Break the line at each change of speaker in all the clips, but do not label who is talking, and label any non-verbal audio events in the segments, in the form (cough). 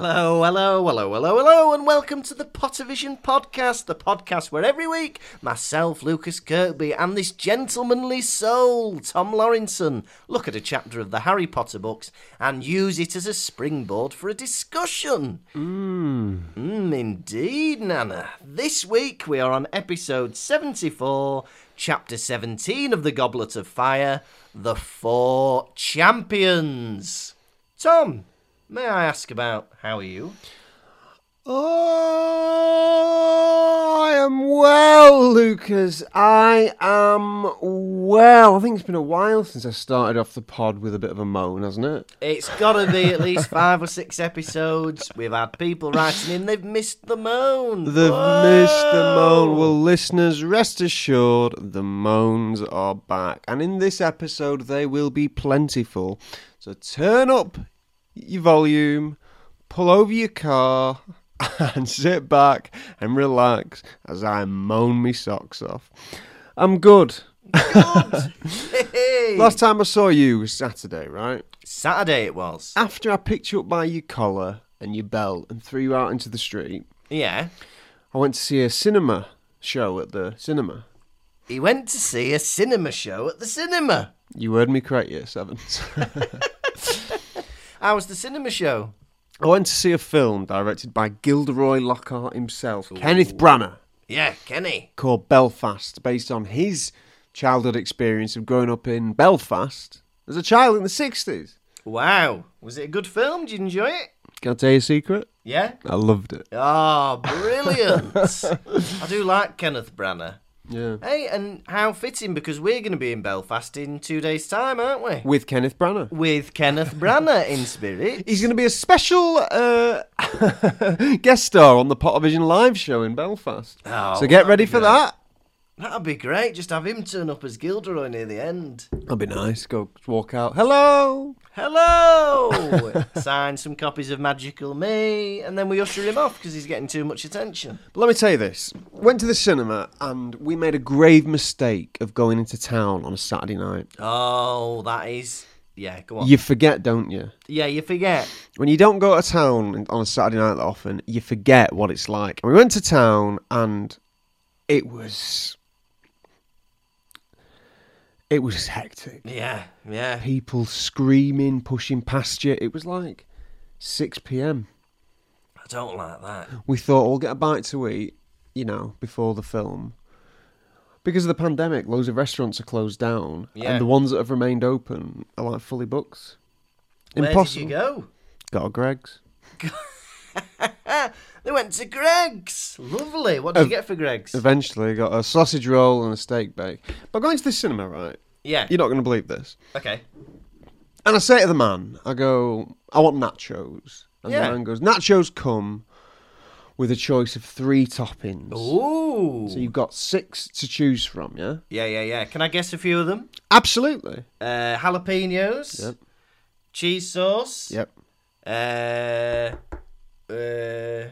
hello, hello, hello, hello, and welcome to the Pottervision podcast, the podcast where every week myself, Lucas Kirkby, and this gentlemanly soul, Tom Laurinson, look at a chapter of the Harry Potter books and use it as a springboard for a discussion.
Mm.
Mm, indeed, Nana. This week we are on episode 74, chapter 17 of The Goblet of Fire The Four Champions. Tom, may I ask about how are you?
Oh, I am well, Lucas. I am well. I think it's been a while since I started off the pod with a bit of a moan, hasn't it?
It's got to be at least five or six episodes. We've had people writing in, they've missed the moan.
They've
Whoa!
missed the moan. Well, listeners, rest assured, the moans are back. And in this episode, they will be plentiful. So turn up your volume, pull over your car, (laughs) and sit back and relax as I moan me socks off. I'm good. (laughs)
Hey!
Last time I saw you was Saturday, right?
Saturday it was.
After I picked you up by your collar and your belt and threw you out into the street,
Yeah.
I went to see a cinema show at the cinema.
He went to see a cinema show at the cinema.
You heard me correct, yes, Evans.
How was the cinema show?
(laughs) I went to see a film directed by Gilderoy Lockhart himself, Kenneth Branagh,
Yeah, Kenny.
called Belfast, based on his childhood experience of growing up in Belfast as a child in the 60s.
Wow. Was it a good film? Did you enjoy it?
Can I tell you a secret?
Yeah.
I loved it.
Ah, brilliant. I do like Kenneth Branagh.
Yeah.
Hey, and how fitting because we're going to be in Belfast in two days' time, aren't we?
With Kenneth Branagh.
With Kenneth Branagh in spirit.
He's going to be a special uh, (laughs) guest star on the Pottervision live show in Belfast.
Oh,
so get ready for
that'd be
that.
That'd be great. Just have him turn up as Gilderoy near the end.
That'd be nice. Go walk out. Hello.
(laughs) Hello! Sign some copies of Magical Me, and then we usher him off because he's getting too much attention.
But let me tell you this. Went to the cinema and we made a grave mistake of going into town on a Saturday night.
Oh, that is. Yeah, go on.
You forget, don't you?
yeah, you forget.
When you don't go to town on a Saturday night that often, you forget what it's like. And we went to town and it was. It was hectic.
Yeah, yeah.
people screaming, pushing past you. It was like 6 p.m.
I don't like that.
We thought we'll get a bite to eat, you know, before the film. Because of the pandemic, loads of restaurants are closed down,
Yeah.
and the ones that have remained open are like fully booked.
Where
Impossible.
did you go?
Got a Greg's.
Ah, They went to Greg's. Lovely. What did you get for Greg's?
Eventually, got a sausage roll and a steak bake. But going to the cinema, right?
yeah.
You're not going to believe this.
Okay.
And I say to the man, I go, I want nachos. And
Yeah.
the man goes, nachos come with a choice of three toppings.
Ooh.
So you've got six to choose from, yeah?
yeah, yeah, yeah. Can I guess a few of them?
Absolutely.
Uh, jalapenos.
Yep.
Cheese sauce.
Yep.
Uh, uh,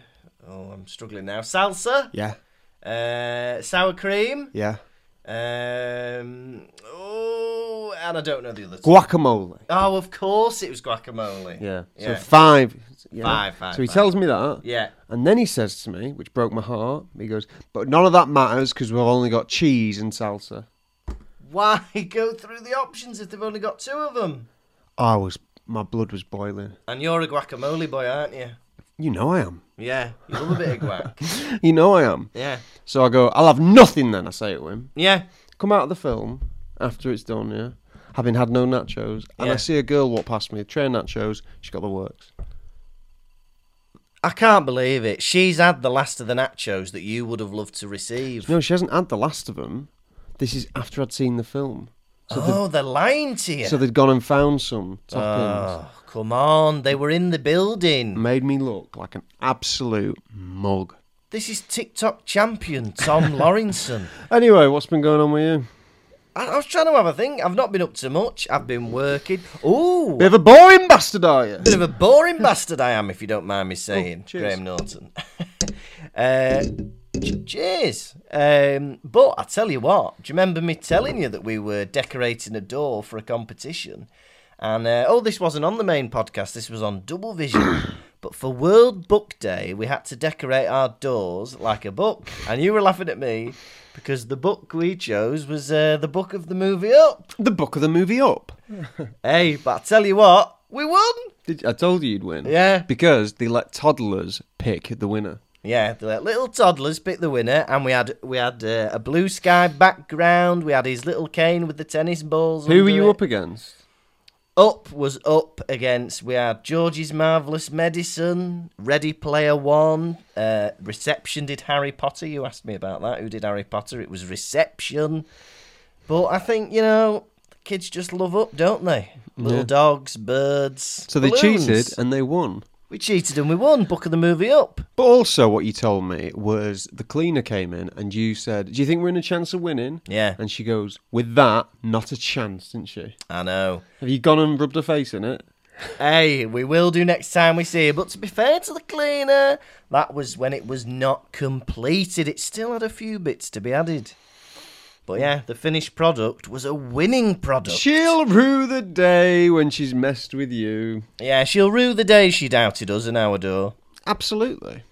oh, I'm struggling now. Salsa.
Yeah.
Uh, sour cream.
Yeah.
Um, oh, and I don't know the other two.
Guacamole.
Oh, of course it was guacamole.
So
Yeah.
five. yeah.
Five, five,
So he
five.
tells me that.
yeah.
And then he says to me, which broke my heart, he goes, but none of that matters because we've only got cheese and salsa.
Why (laughs) go through the options if they've only got two of them?
I was, my blood was boiling.
And you're a guacamole boy, aren't you?
You know I am.
Yeah, you love a bit of guac.
(laughs) You know I am.
Yeah,
So I go, I'll have nothing then, I say to him.
yeah.
come out of the film after it's done, yeah, having had no nachos, and
Yeah.
I see a girl walk past me, tray of nachos, she's got the works.
I can't believe it. She's had the last of the nachos that you would have loved to receive.
No, she hasn't had the last of them. This is after I'd seen the film.
oh, they're lying to you.
So they'd gone and found some toppings.
oh, come on. They were in the building.
Made me look like an absolute mug.
This is TikTok champion Tom (laughs) Laurinson.
Anyway, what's been going on with you?
I, I was trying to have a think. I've not been up to much. I've been working. Ooh,
Bit of a boring bastard, are you?
bit of a boring bastard I am, if you don't mind me saying,
cheers.
Graham Norton. (laughs) uh, ch- cheers. Um, but I tell you what, do you remember me telling you that we were decorating a door for a competition? And uh, oh, this wasn't on the main podcast. This was on Double Vision. But for World Book Day, we had to decorate our doors like a book. And you were laughing at me because the book we chose was uh, the book of the movie Up.
The book of the movie up.
Hey, but I tell you what, we won.
Did, I told you you'd win.
Yeah.
Because they let toddlers pick the winner.
Yeah, the li- little toddlers picked the winner, and we had we had uh, a blue sky background. We had his little cane with the tennis balls.
Who were
under
you
it.
up against?
Up was up against. We had George's Marvelous Medicine, Ready Player One, uh, Reception did Harry Potter. You asked me about that. Who did Harry Potter? It was Reception. But I think, you know, kids just love up, don't they? Little
Yeah.
dogs, birds.
So they
balloons.
cheated and they won.
We cheated and we won. Book of the movie up.
But also, what you told me was the cleaner came in and you said, Do you think we're in a chance of winning?
Yeah,
And she goes, With that, not a chance, didn't she?
I know.
Have you gone and rubbed her face in it?
Hey, we will do next time we see you. But to be fair to the cleaner, that was when it was not completed. It still had a few bits to be added. But yeah, the finished product was a winning product.
She'll rue the day when she's messed with you.
yeah, she'll rue the day she doubted us and our door.
Absolutely.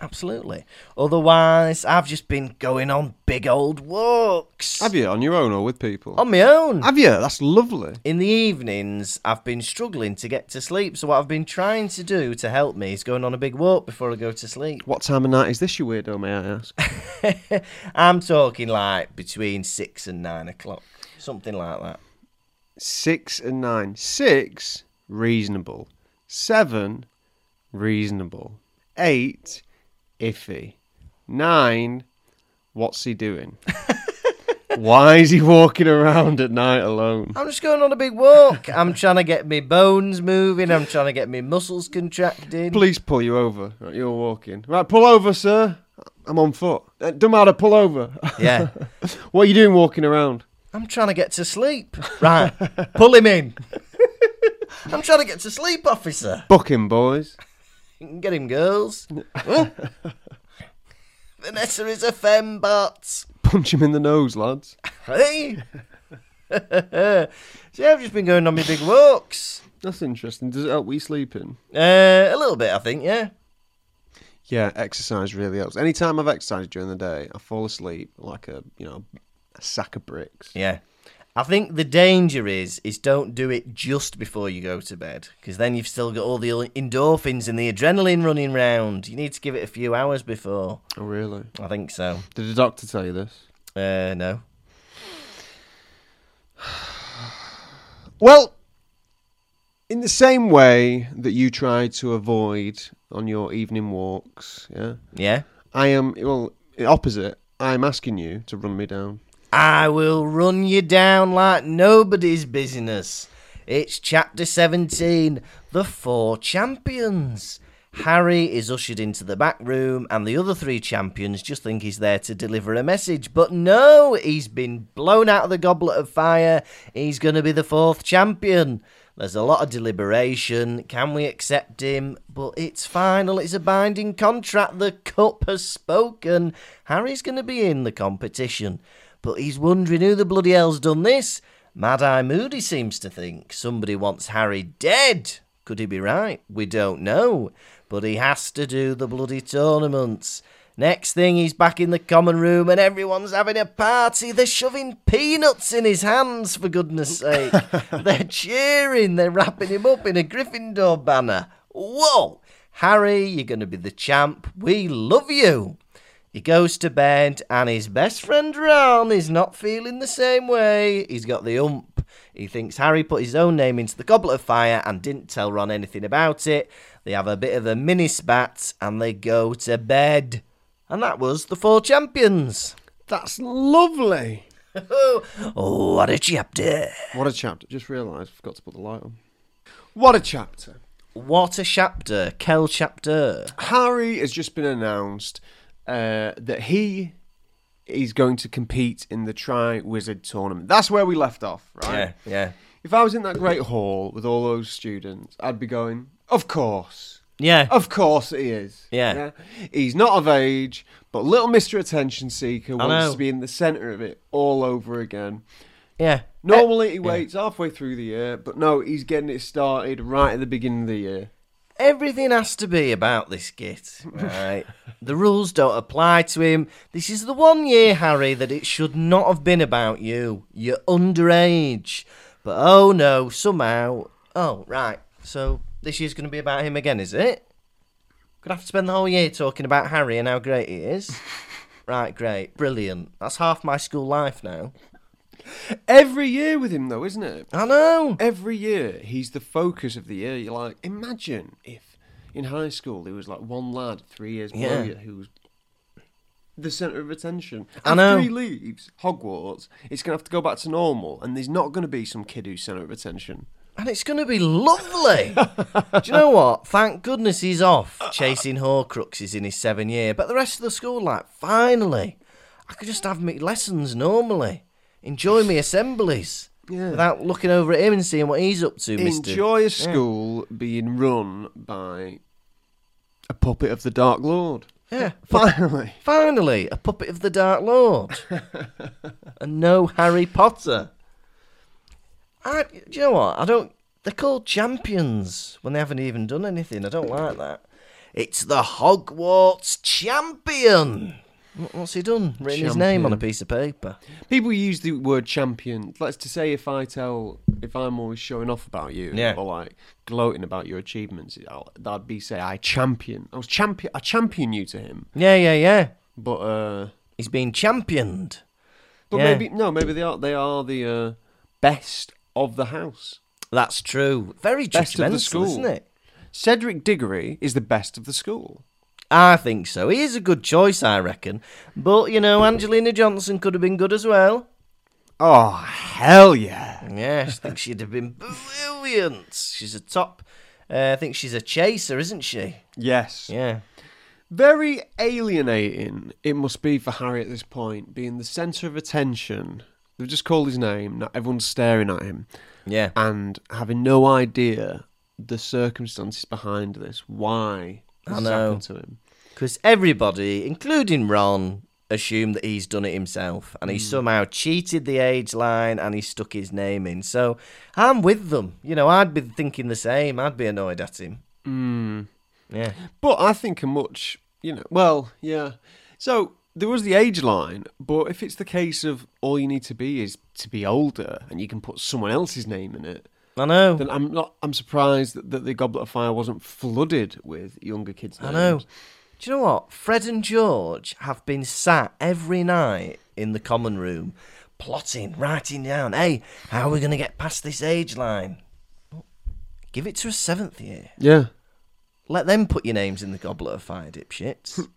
Absolutely. Otherwise, I've just been going on big old walks.
Have you on your own or with people?
On my own.
Have you? That's lovely.
In the evenings, I've been struggling to get to sleep. So what I've been trying to do to help me is going on a big walk before I go to sleep.
What time of night is this, you weirdo, may I ask?
(laughs) I'm talking like between six and nine o'clock, something like that.
Six and nine. Six, reasonable. Seven, reasonable. Eight, iffy. Nine, what's he doing? Why is he walking around at night alone?
I'm just going on a big walk. I'm trying to get my bones moving. I'm trying to get my muscles contracted.
Police pull you over. Right, you're walking. Right, pull over, sir. I'm on foot. "Uh, Don't matter, pull over. (laughs)
Yeah,
what are you doing walking around?
I'm trying to get to sleep. Right, pull him in. I'm trying to get to sleep, officer.
Book him, boys.
Get him, girls. Huh? Vanessa is a fembot.
Punch him in the nose, lads.
Hey. (laughs) See, I've just been going on my big walks.
That's interesting. Does it help we sleeping?
Uh, a little bit, I think. Yeah.
Yeah, exercise really helps. Anytime I've exercised during the day, I fall asleep like a you know a sack of bricks.
Yeah. I think the danger is is don't do it just before you go to bed because then you've still got all the endorphins and the adrenaline running round. You need to give it a few hours before.
Oh really?
I think so.
Did the doctor tell you this?
Uh, no.
Well, in the same way that you try to avoid on your evening walks, yeah,
Yeah.
I am well opposite. I'm asking you to run me down.
I will run you down like nobody's business. It's chapter 17 The Four Champions. Harry is ushered into the back room, and the other three champions just think he's there to deliver a message. But no, he's been blown out of the goblet of fire. He's going to be the fourth champion. There's a lot of deliberation. Can we accept him? But it's final. It's a binding contract. The cup has spoken. Harry's going to be in the competition. But he's wondering who the bloody hell's done this. Mad Eye Moody seems to think somebody wants Harry dead. Could he be right? We don't know. But he has to do the bloody tournaments. Next thing, he's back in the common room and everyone's having a party. They're shoving peanuts in his hands, for goodness sake. They're cheering. They're wrapping him up in a Gryffindor banner. Whoa! Harry, you're going to be the champ. We love you. He goes to bed, and his best friend Ron is not feeling the same way. He's got the ump. He thinks Harry put his own name into the goblet of fire and didn't tell Ron anything about it. They have a bit of a mini spat, and they go to bed. And that was the four champions.
That's lovely.
oh, what a chapter!
What a chapter! Just realised I forgot to put the light on. What a chapter!
What a chapter, Kel chapter.
Harry has just been announced uh, that he is going to compete in the Tri Wizard tournament. That's where we left off, right?
yeah.
If I was in that great hall with all those students, I'd be going, "Of course,
Yeah.
of course, he is.
(laughs) Yeah.
he's not of age, but little Mister Attention Seeker
know.
wants to be in the centre of it all over again."
Yeah. Eh,
Normally, he waits halfway through the year, but no, he's getting it started right at the beginning of the year.
Everything has to be about this git, right? the rules don't apply to him. This is the one year, Harry, that it should not have been about you. You're underage. But oh no, somehow. Oh, right. So this year's going to be about him again, is it? Gonna have to spend the whole year talking about Harry and how great he is. right, great. Brilliant. That's half my school life now.
Every year with him, though, isn't it?
I know.
Every year, he's the focus of the year. You're like, imagine if in high school there was like one lad three years below
Yeah.
you who was the centre of attention.
I
After
know.
he leaves Hogwarts, it's going to have to go back to normal, and there's not going to be some kid who's centre of attention.
And it's going to be lovely. Do you know what? Thank goodness he's off chasing Horcruxes in his seven year. But the rest of the school, like, finally, I could just have me lessons normally, enjoy me assemblies
Yeah.
without looking over at him and seeing what he's up to, mister.
Enjoy a school being run by a puppet of the Dark Lord.
Yeah.
Finally.
Finally, a puppet of the Dark
(laughs)
Lord. and no Harry Potter. I, do you know what? I don't. They're called champions when they haven't even done anything. I don't like that. It's the Hogwarts champion. Wh- What's he done? Written his name on a
Champion.
piece of paper.
People use the word champion. Let's to say if I tell if I'm always showing off about you
Yeah.
or like gloating about your achievements, I'll, that'd be say I champion. I was champion. I champion you to him,
Yeah, yeah, yeah.
but uh,
He's been championed.
but
Yeah.
maybe no, maybe they are they are the uh, best of the house.
That's true. Very
Best
judgmental,
of the school.
isn't it?
Cedric Diggory is the best of the school.
I think so. He is a good choice, I reckon. But you know, Angelina Johnson could have been good as well.
Oh hell yeah!
Yeah, I think she'd have been brilliant. She's a top. Uh, I think she's a chaser, isn't she?
Yes.
Yeah.
Very alienating it must be for Harry at this point, being the centre of attention. They've just called his name, now everyone's staring at him,
Yeah.
and having no idea the circumstances behind this, why this
I
has
know.
happened to him.
Because everybody, including Ron, assumed that he's done it himself and he somehow cheated the age line and he stuck his name in. So I'm with them. You know, I'd be thinking the same. I'd be annoyed at him. Mm. Yeah.
But I think a much, you know, well, yeah. So there was the age line, but if it's the case of all you need to be is to be older and you can put someone else's name in it,
I know.
then I'm not. I'm surprised that, that the Goblet of Fire wasn't flooded with younger kids.
I
Names.
know. Do you know what? Fred and George have been sat every night in the common room, plotting, writing down, hey, how are we going to get past this age line? Give it to a seventh year.
Yeah.
Let them put your names in the goblet of fire, dipshits.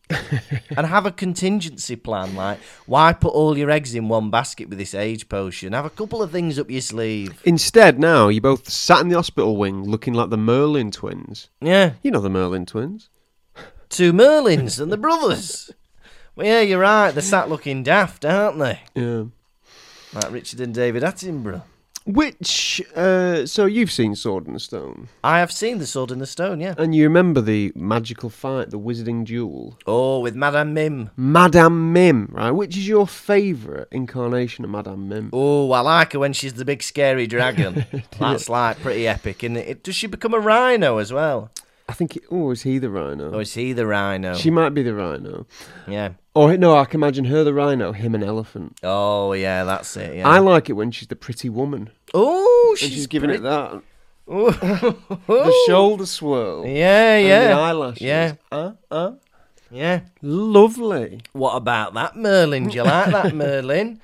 and have a contingency plan like, why put all your eggs in one basket with this age potion? Have a couple of things up your sleeve.
Instead, now you both sat in the hospital wing looking like the Merlin twins.
Yeah.
You know the Merlin twins.
Two Merlins and the brothers. Well, yeah, you're right. They're sat looking daft, aren't they?
Yeah.
Like Richard and David Attenborough.
Which, uh, so you've seen Sword and Stone,
I have seen The Sword in the Stone, yeah.
and you remember the magical fight, the wizarding duel,
Oh, with Madame Mim.
Madame Mim, right? Which is your favourite incarnation of Madame Mim?
Oh, I like her when she's the big scary
(laughs)
dragon. That's like pretty epic, isn't it? Does she become a rhino as well?
I think. It, oh, is he the rhino?
Or is he the rhino?
She might be the rhino.
Yeah.
Or no, I can imagine her the rhino, him an elephant.
Oh, yeah, that's it,
I
yeah.
like it when she's the pretty woman
Oh,
and she's,
she's
giving
pretty-
it that
(laughs) Ooh.
(laughs) the shoulder swirl.
Yeah,
and the
yeah.
eyelashes.
Yeah.
Uh, uh.
Yeah.
Lovely.
What about that Merlin? Do you like that
(laughs)
Merlin?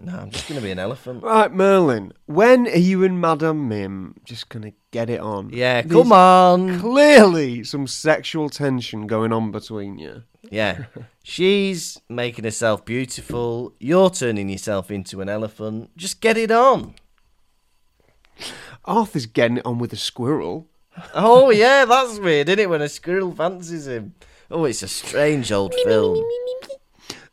No, I'm just going to be an elephant.
Right, Merlin, when are you and Madame Mim just going to get it on?
Yeah,
There's
come on.
Clearly, some sexual tension going on between you.
Yeah. She's making herself beautiful. You're turning yourself into an elephant. Just get it on.
Arthur's getting it on with a squirrel.
Oh, yeah, that's weird, isn't it? When a squirrel fancies him. Oh, it's a strange old film.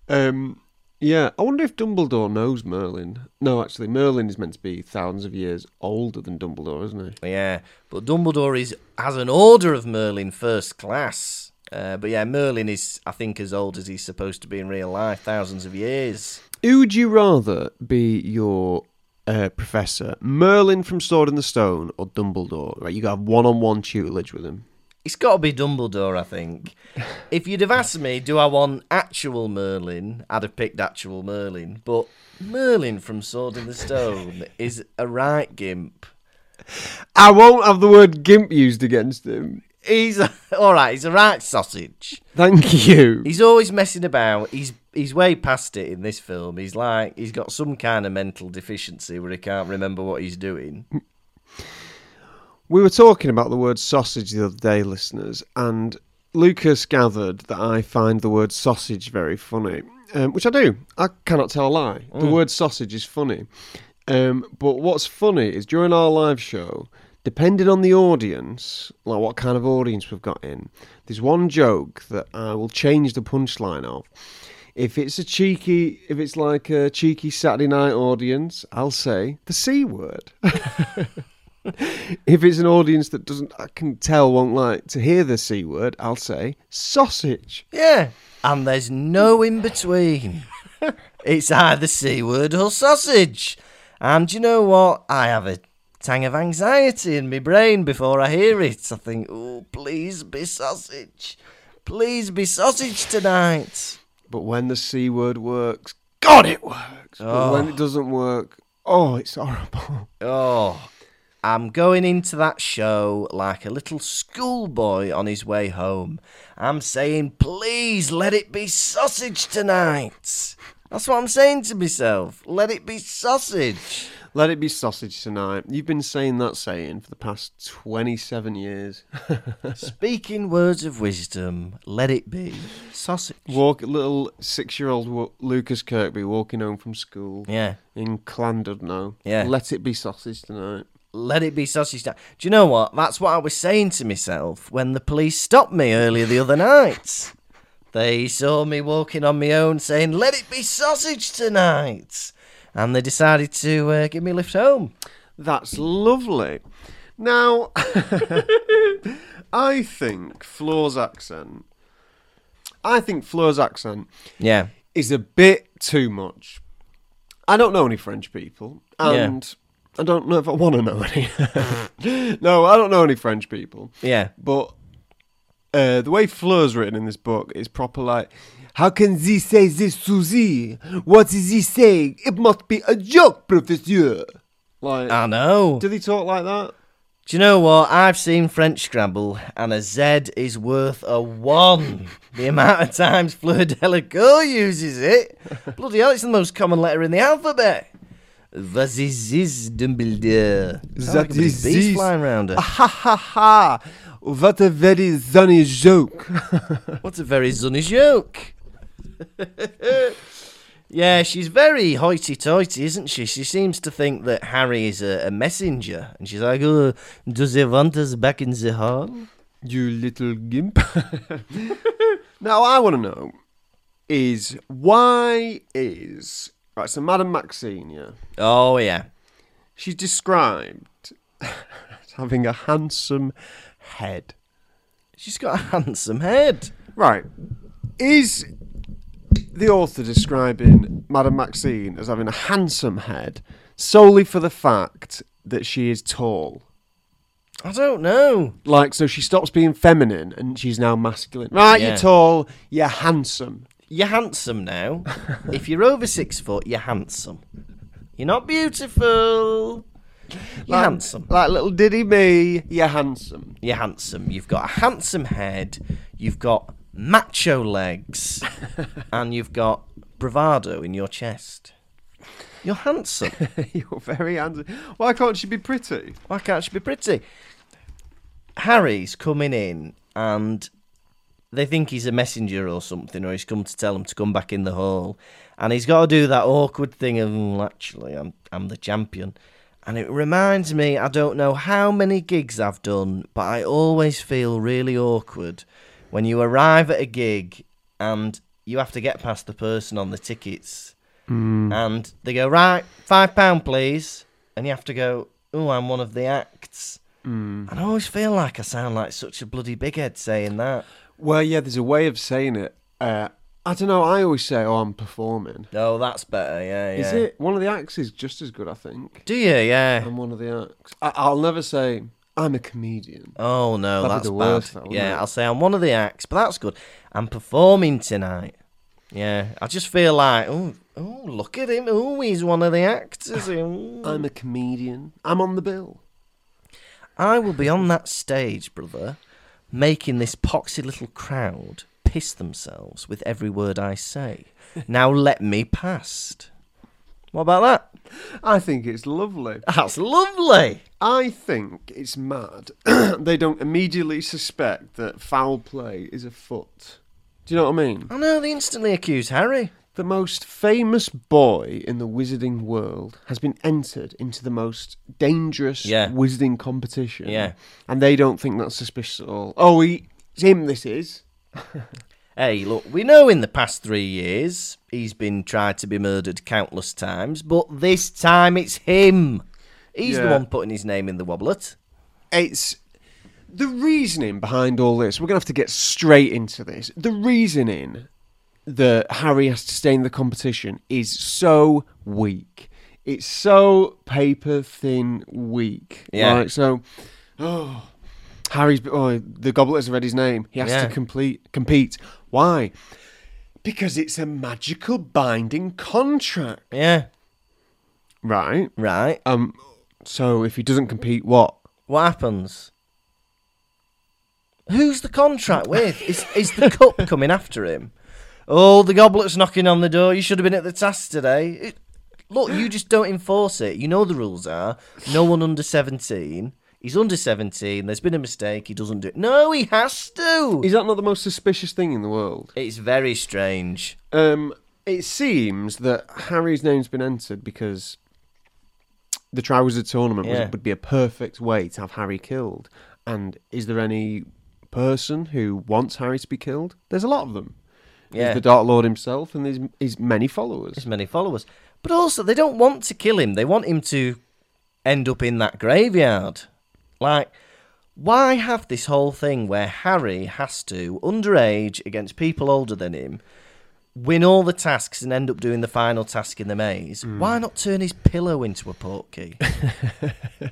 Um, yeah, I wonder if Dumbledore knows Merlin. No, actually, Merlin is meant to be thousands of years older than Dumbledore, isn't he?
Yeah, but Dumbledore is has an order of Merlin first class. Uh, but yeah, Merlin is, I think, as old as he's supposed to be in real life, thousands of years.
Who would you rather be your uh, professor, Merlin from Sword in the Stone or Dumbledore? Right, you got one-on-one tutelage with him.
It's got to be Dumbledore, I think. If you'd have asked me, do I want actual Merlin, I'd have picked actual Merlin. But Merlin from Sword in the Stone is a right gimp. (laughs)
I won't have the word gimp used against him.
He's all right. He's a right sausage.
(laughs) Thank you.
He's always messing about. He's he's way past it in this film. He's like he's got some kind of mental deficiency where he can't remember what he's doing.
We were talking about the word sausage the other day, listeners, and Lucas gathered that I find the word sausage very funny, um, which I do. I cannot tell a lie. The word sausage is funny. Um, but what's funny is during our live show, depending on the audience, like what kind of audience we've got in, there's one joke that I will change the punchline of. If it's a cheeky, if it's like a cheeky Saturday night audience, I'll say the C word if it's an audience that doesn't, I can tell won't like to hear the c word. I'll say sausage.
Yeah, and there's no in between. it's either c word or sausage. And you know what? I have a tang of anxiety in my brain before I hear it. I think, oh, please be sausage. Please be sausage tonight.
But when the c word works, God, it works. But when it doesn't work, oh, it's horrible. (laughs)
Oh, I'm going into that show like a little schoolboy on his way home. I'm saying, please let it be sausage tonight. That's what I'm saying to myself. Let it be sausage.
Let it be sausage tonight. You've been saying that saying for the past
(laughs)
twenty-seven years.
Speaking words of wisdom, let it be sausage.
Walk, little six-year-old Wa- Lucas Kirkby walking home from school
Yeah.
in Clandard now.
Yeah.
Let it be sausage tonight.
Let it be sausage time. Do you know what? That's what I was saying to myself when the police stopped me earlier the other night. They saw me walking on my own saying, Let it be sausage tonight. And they decided to uh, give me a lift home.
That's lovely. Now, (laughs) I think Floor's accent. I think Floor's accent
Yeah.
is a bit too much. I don't know any French people, and I don't know if I want to know any. (laughs) no, I don't know any French people,
Yeah.
but uh, the way Fleur's written in this book is proper like, how can they say this to thee? What is he saying? It must be a joke, professor. Like,
I know.
do they talk like that?
Do you know what? I've seen French Scrabble, and a Z is worth a one. the amount of times Fleur Delacour uses (laughs) it. Bloody hell, it's the most common letter in the alphabet. Vas is Dumbledore. Sounds like a
That
bloody
is
bees
this.
flying round her.
(laughs) Ha ha ha! What a very sunny (laughs) joke.
What a very sunny joke. (laughs) yeah, she's very hoity-toity, isn't she? She seems to think that Harry is a, a messenger, and she's like, oh, does he want us back in the hall?
you little gimp. (laughs) now I want to know is why is right? So Madame Maxine, yeah,
Oh, yeah.
she's described (laughs) as having a handsome head.
She's got a handsome head.
Right, is the author describing Madame Maxine as having a handsome head solely for the fact that she is tall?
I don't know.
Like, so she stops being feminine and she's now masculine. Right,
Yeah.
you're tall, you're handsome.
You're handsome now. if you're over six foot, you're handsome. You're not beautiful. You're
Like-
handsome.
Like little diddy me, you're handsome. (laughs)
You're handsome. You've got a handsome head. You've got macho legs. and you've got bravado in your chest. You're handsome.
you're very handsome. Why can't she be pretty?
Why can't she be pretty? Harry's coming in and they think he's a messenger or something, or he's come to tell them to come back in the hall. And he's got to do that awkward thing of, "Mm, actually, I'm, I'm the champion. And it reminds me, I don't know how many gigs I've done, but I always feel really awkward when you arrive at a gig and you have to get past the person on the tickets and they go right five pound please and you have to go oh i'm one of the acts mm. and i always feel like i sound like such a bloody big head saying that
Well, yeah, there's a way of saying it. Uh, I don't know. I always say, "Oh, I'm performing."
oh that's better yeah yeah
Is it one of the acts is just as good? I think Um,
do you yeah
I'm one of the acts. I- I'll never say I'm a comedian.
Oh no,
That'd be
that's
the
bad.
worst, that, wouldn't
yeah,
it?
I'll say I'm one of the acts, but that's good. I'm performing tonight. Yeah, I just feel like, oh, oh, look at him. Oh, he's one of the
(laughs)
actors. Ooh.
I'm a comedian. I'm on the bill.
I will be on that stage, brother, making this poxy little crowd piss themselves with every word I
(laughs)
say. Now let me past. What about that?
I think it's lovely.
That's lovely.
I think it's mad (clears throat) they don't immediately suspect that foul play is afoot. Do you know what I mean?
I know they instantly accuse Harry.
The most famous boy in the wizarding world has been entered into the most dangerous
Yeah.
wizarding competition.
Yeah.
And they don't think that's suspicious at all. Oh, he, it's him this is.
Hey, look, we know in the past three years he's been tried to be murdered countless times, but this time it's him. He's the
Yeah.
one putting his name in the wobblet.
It's the reasoning behind all this. We're going to have to get straight into this. The reasoning that Harry has to stay in the competition is so weak. It's so paper thin weak.
Yeah.
Right? So, oh, Harry's. Oh, the goblet has read his name. He has
Yeah.
to complete compete. Why? Because it's a magical binding contract.
Yeah,
Right.
right.
Um. So if he doesn't compete, what?
What happens? Who's the contract with? Is is the cup coming after him? Oh, the goblet's knocking on the door. You should have been at the task today. It- look, you just don't enforce it. You know the rules are no one under seventeen. He's under seventeen. There's been a mistake. He doesn't do it. No, he has to.
Is that not the most suspicious thing in the world?
It's very strange.
Um, it seems that Harry's name's been entered because the Triwizard Tournament was-
Yeah.
would be a perfect way to have Harry killed. And is there any person who wants Harry to be killed? There's a lot of them.
Yeah.
There's the Dark Lord himself, and there's his many followers. (laughs)
As many followers, but also they don't want to kill him. They want him to end up in that graveyard. Like, why have this whole thing where Harry has to, underage against people older than him, win all the tasks and end up doing the final task in the maze? Why not turn his pillow into a portkey?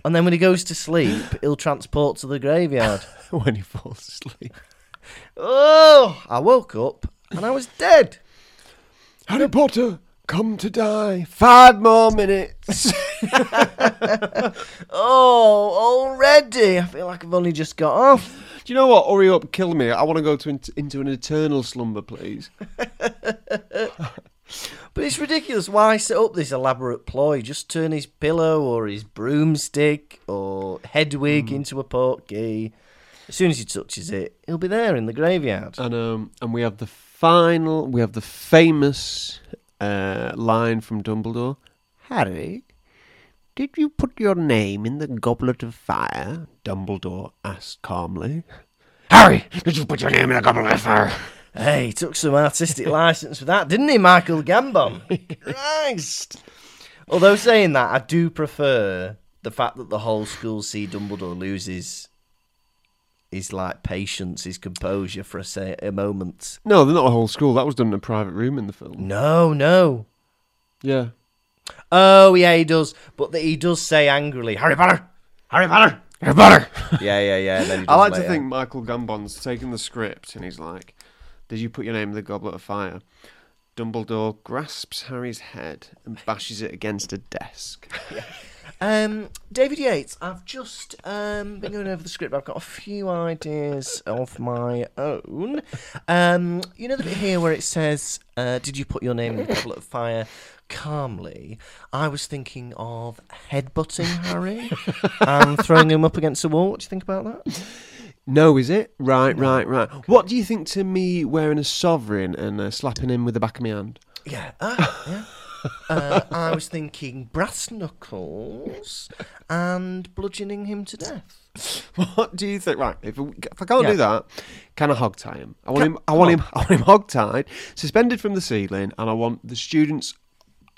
and then when he goes to sleep, he'll transport to the graveyard.
when he falls asleep,
oh! I woke up and I was dead.
Harry Potter, come to die. Five more (laughs) minutes.
Oh, already! I feel like I've only just got off.
Do you know what? Hurry up, kill me. I want to go to in- into an eternal slumber, please.
But it's ridiculous. Why set up this elaborate ploy? Just turn his pillow or his broomstick or Hedwig into a portkey. As soon as he touches it, he'll be there in the graveyard.
And um, and we have the final. We have the famous uh, line from Dumbledore: "Harry, did you put your name in the goblet of fire?" Dumbledore asked calmly. Harry, did you put your name in the goblet of fire?
Hey, he took some artistic license for that, didn't he, Michael Gambon?
(laughs)
Christ! Although saying that, I do prefer the fact that the whole school see Dumbledore loses his like patience, his composure for a, say, a moment.
No, they're not a whole school. That was done in a private room in the film.
No, no.
Yeah.
Oh, yeah, he does. But that he does say angrily, Harry Potter.
Harry Potter. Harry Potter.
(laughs) Yeah, yeah, yeah. and then (laughs) he
I
does
like to
later.
think Michael Gambon's taken the script and he's like, "Did you put your name in the goblet of fire?" Dumbledore grasps Harry's head and bashes it against a desk.
Um, David Yates, I've just um, been going over the script. I've got a few ideas of my own. Um, you know the bit here where it says, uh, "Did you put your name in the goblet of fire?" Calmly, I was thinking of headbutting (laughs) Harry and throwing him up against a wall. What do you think about that?
No, is it? Right, right, right. What do you think to me wearing a sovereign and uh, slapping him with the back of my hand? (laughs)
Yeah, ah, yeah. Uh, I was thinking brass knuckles and bludgeoning him to death.
What do you think? Right, if, if I can't
Yeah.
do that, can I hog tie him? I want
Can-
him. I
come
want him. (laughs) I want him hog tied, suspended from the ceiling, and I want the students,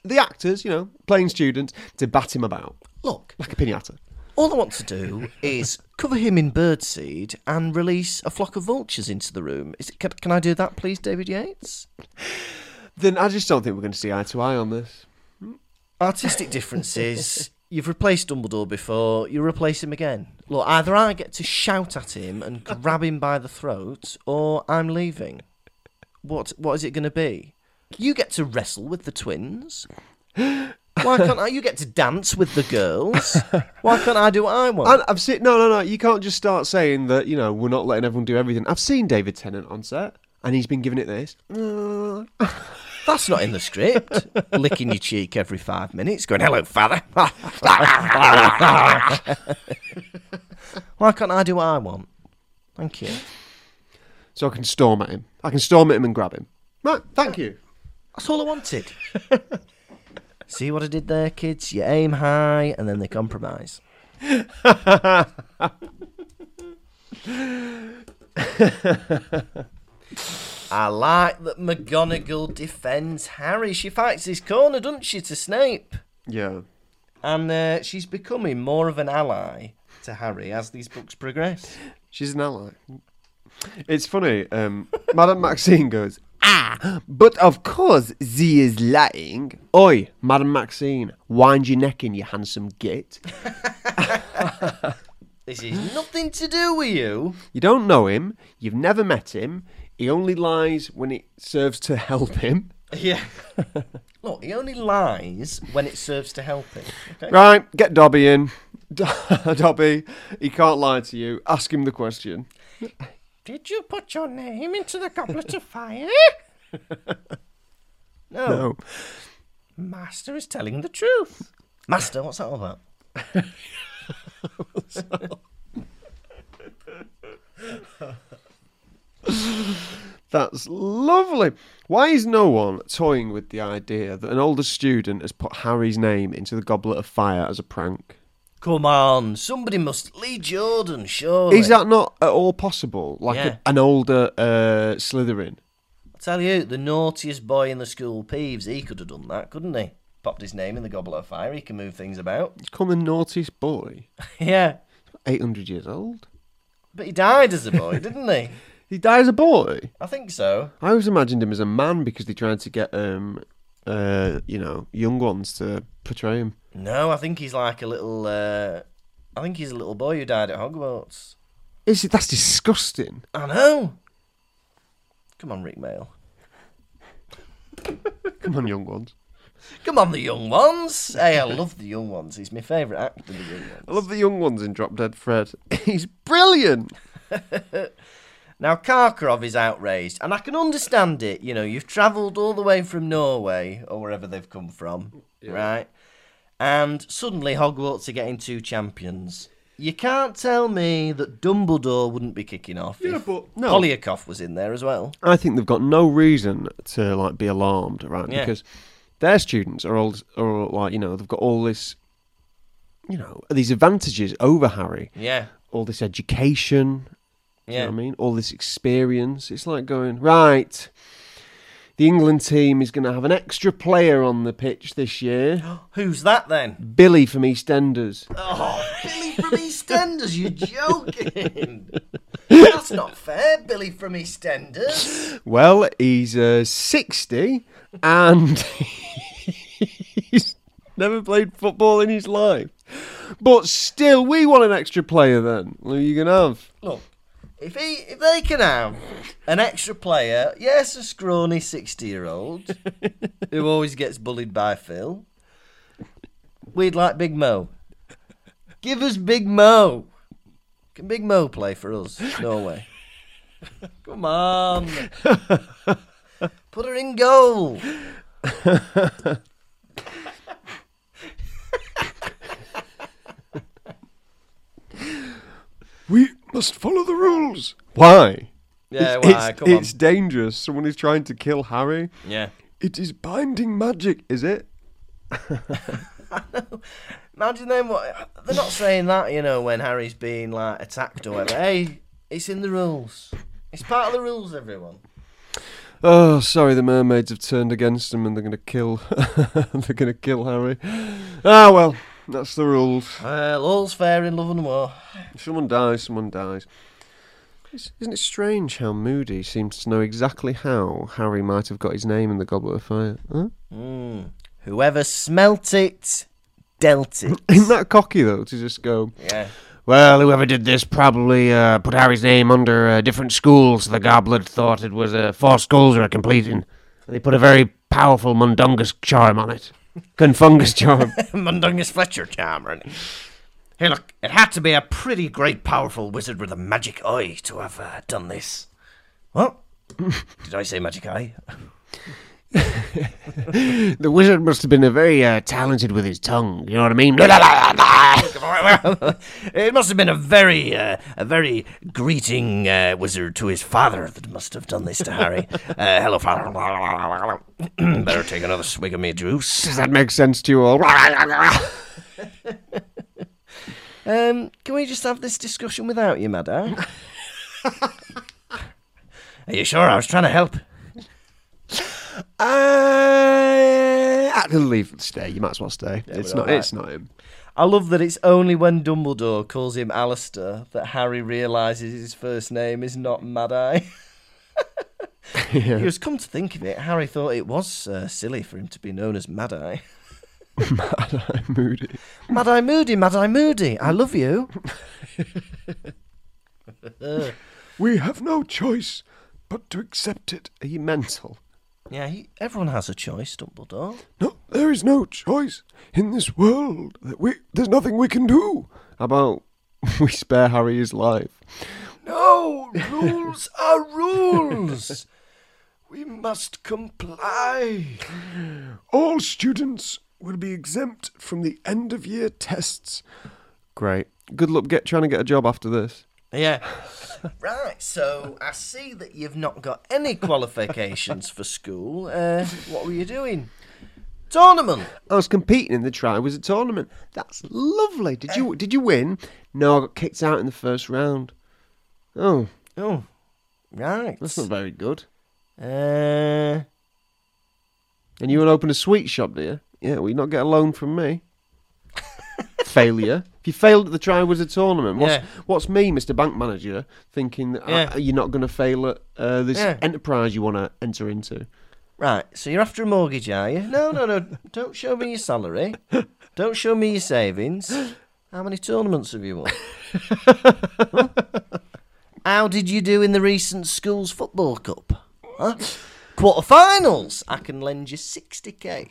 the actors, you know, playing students, to bat him about
Look,
like a pinata.
All I want to do is cover him in birdseed and release a flock of vultures into the room. Is it, can, can I do that, please, David Yates?
Then I just don't think we're going to see eye to eye on this.
Artistic differences You've replaced Dumbledore before. You replace him again. Look, either I get to shout at him and grab him by the throat, or I'm leaving. What What is it going to be? You get to wrestle with the twins. Why can't I? You get to dance with the girls. Why can't I do what I want?
And I've seen no, no, no. You can't just start saying that. You know, we're not letting everyone do everything. I've seen David Tennant on set, and he's been giving it this.
That's not in the script. Licking your cheek every five minutes, going, hello, father. (laughs) Why can't I do what I want? Thank you.
So I can storm at him. I can storm at him and grab him. Right. Thank you.
That's all I wanted. (laughs) See what I did there, kids? You aim high and then they compromise. I like that McGonagall defends Harry. She fights his corner, doesn't she, to Snape?
Yeah.
And uh, she's becoming more of an ally to Harry as these books progress.
She's an ally. It's funny. Um, (laughs) Madame Maxine goes, Ah, but of course Z is lying. Oi, Madame Maxine, wind your neck in, you handsome git.
This is nothing to do with you.
You don't know him. You've never met him. He only lies when it serves to help him.
Yeah. (laughs) Look, he only lies when it serves to help him. Okay?
Right, get Dobby in. (laughs) Dobby, he can't lie to you. Ask him the question.
Did you put your name into the goblet of fire? (laughs) no.
No.
Master is telling the truth. Master, what's that all about?
That's lovely. Why is no one toying with the idea that an older student has put Harry's name into the Goblet of Fire as a prank?
Come on, somebody must. Lee Jordan, surely.
Is that not at all possible? Like
Yeah.
a, an older uh, Slytherin?
I tell you, the naughtiest boy in the school, Peeves, he could have done that, couldn't he? Popped his name in the goblet of fire, he can move things about.
He's come the naughtiest boy.
(laughs) yeah.
800 years old.
But he died as a boy, didn't he?
He died as a boy.
I think so.
I always imagined him as a man because they tried to get, um, uh, you know, young ones to portray him.
No, I think he's like a little. Uh, I think he's a little boy who died at Hogwarts.
Is it, that's disgusting.
I know. Come on, Rick Mail.
Come on, young ones.
Come on, the young ones. Hey, I love the young ones. He's my favourite actor, the young ones.
I love the young ones in Drop Dead Fred. (laughs) He's brilliant.
Now, Karkarov is outraged, and I can understand it. You know, you've travelled all the way from Norway or wherever they've come from, right? And suddenly Hogwarts are getting two champions. You can't tell me that Dumbledore wouldn't be kicking off.
Yeah,
if
but- no.
Polyakov was in there as well.
I think they've got no reason to like be alarmed, right?
Yeah.
Because their students are all are all, like you know they've got all this, you know, these advantages over Harry,
Yeah,
all this education. do
yeah.
You know what I mean, all this experience. It's like going right. The England team is going to have an extra player on the pitch this
(gasps)
year.
Who's that then?
Billy from EastEnders. (laughs)
Oh, Billy from EastEnders, you're joking. That's not fair, Billy from EastEnders.
Well, he's uh, 60 and (laughs) he's never played football in his life. But still, we want an extra player then. Who are you going to have?
Look, if he if they can have an extra player, yes, a scrawny sixty year old who always gets bullied by Phil. We'd like Big Mo. Give us Big Mo. Can Big Mo play for us? No way. Come
(laughs)
on. Put her in goal.
We must follow the rules. Why?
Yeah,
it's,
why?
it's-
Come on.
it's dangerous. Someone is trying to kill Harry.
Yeah.
It is binding magic, is it?
Imagine them. What they're not saying that, you know, when Harry's being like attacked or whatever. Hey, it's in the rules. It's part of the rules, everyone.
Oh, sorry, the mermaids have turned against him and they're going to kill. (laughs) they're going to kill Harry. Ah, well, that's the rules.
Well, all's fair in love and war.
If someone dies, someone dies. Is- Isn't it strange how Moody seems to know exactly how Harry might have got his name in the Goblet of Fire? Huh?
Mm. Whoever smelt it dealt (laughs) it.
(laughs) Isn't that cocky though to just go?
Yeah.
Well, whoever did this probably uh, put Harry's name under a different school, so the goblet thought it was uh, four schools were completing. And they put a very powerful Mundungus charm on it. (laughs) Confungus charm. (laughs)
Mundungus Fletcher charmer. Hey, look, it had to be a pretty great, powerful wizard with a magic eye to have uh, done this. What? (laughs) Did I say magic eye?
the wizard must have been a very uh, talented with his tongue, you know what I mean?
(laughs) it must have been a very, uh, a very greeting uh, wizard to his father that must have done this to Harry. Uh, hello, father. (clears throat) Better take another swig of me juice.
Does (laughs) that make sense to you all? (laughs)
Um, can we just have this discussion without you, madam? Are you sure? I was trying to help.
Uh, I'll leave. Stay. You might as well stay. it's
we're
not.
all right.
It's not him.
I love that it's only when Dumbledore calls him Alistair that Harry realises his first name is not Mad Eye. (laughs) He was come to think of it, Harry thought it was uh, silly for him to be known as Mad Eye.
Moody.
Mad Eye Moody, Mad Eye Moody, I love you.
We have no choice but to accept it. Are you mental?
(laughs) Yeah, he, everyone has a choice, Dumbledore.
No, there is no choice in this world. That we there's nothing we can do. How about (laughs) we spare Harry his life?
No,
(laughs)
rules are rules. We must comply.
All students will be exempt from the end of year tests. Great. Good luck get trying to get a job after this.
Yeah. (laughs) right. So I see that you've not got any qualifications for school. Uh, what were you doing? Tournament.
I was competing in the Tri Wizard tournament. That's lovely. Did you did you win? No, I got kicked out in the first round. Oh,
Oh, right.
that's not very good.
Uh,
And you want to open a sweet shop, do you? Yeah, well, you not get a loan from
(laughs)
me. Failure. If you failed at the Tri Wizard tournament, what's,
Yeah.
what's me, Mr. Bank Manager, thinking that uh,
Yeah.
you're not going to fail at uh, this
Yeah.
enterprise you want to enter into?
right. So you're after a mortgage, are you? No, no, no. Don't show me your salary. Don't show me your savings. How many tournaments have you won? Huh? How did you do in the recent schools football cup? Huh? Quarterfinals. I can lend you sixty k.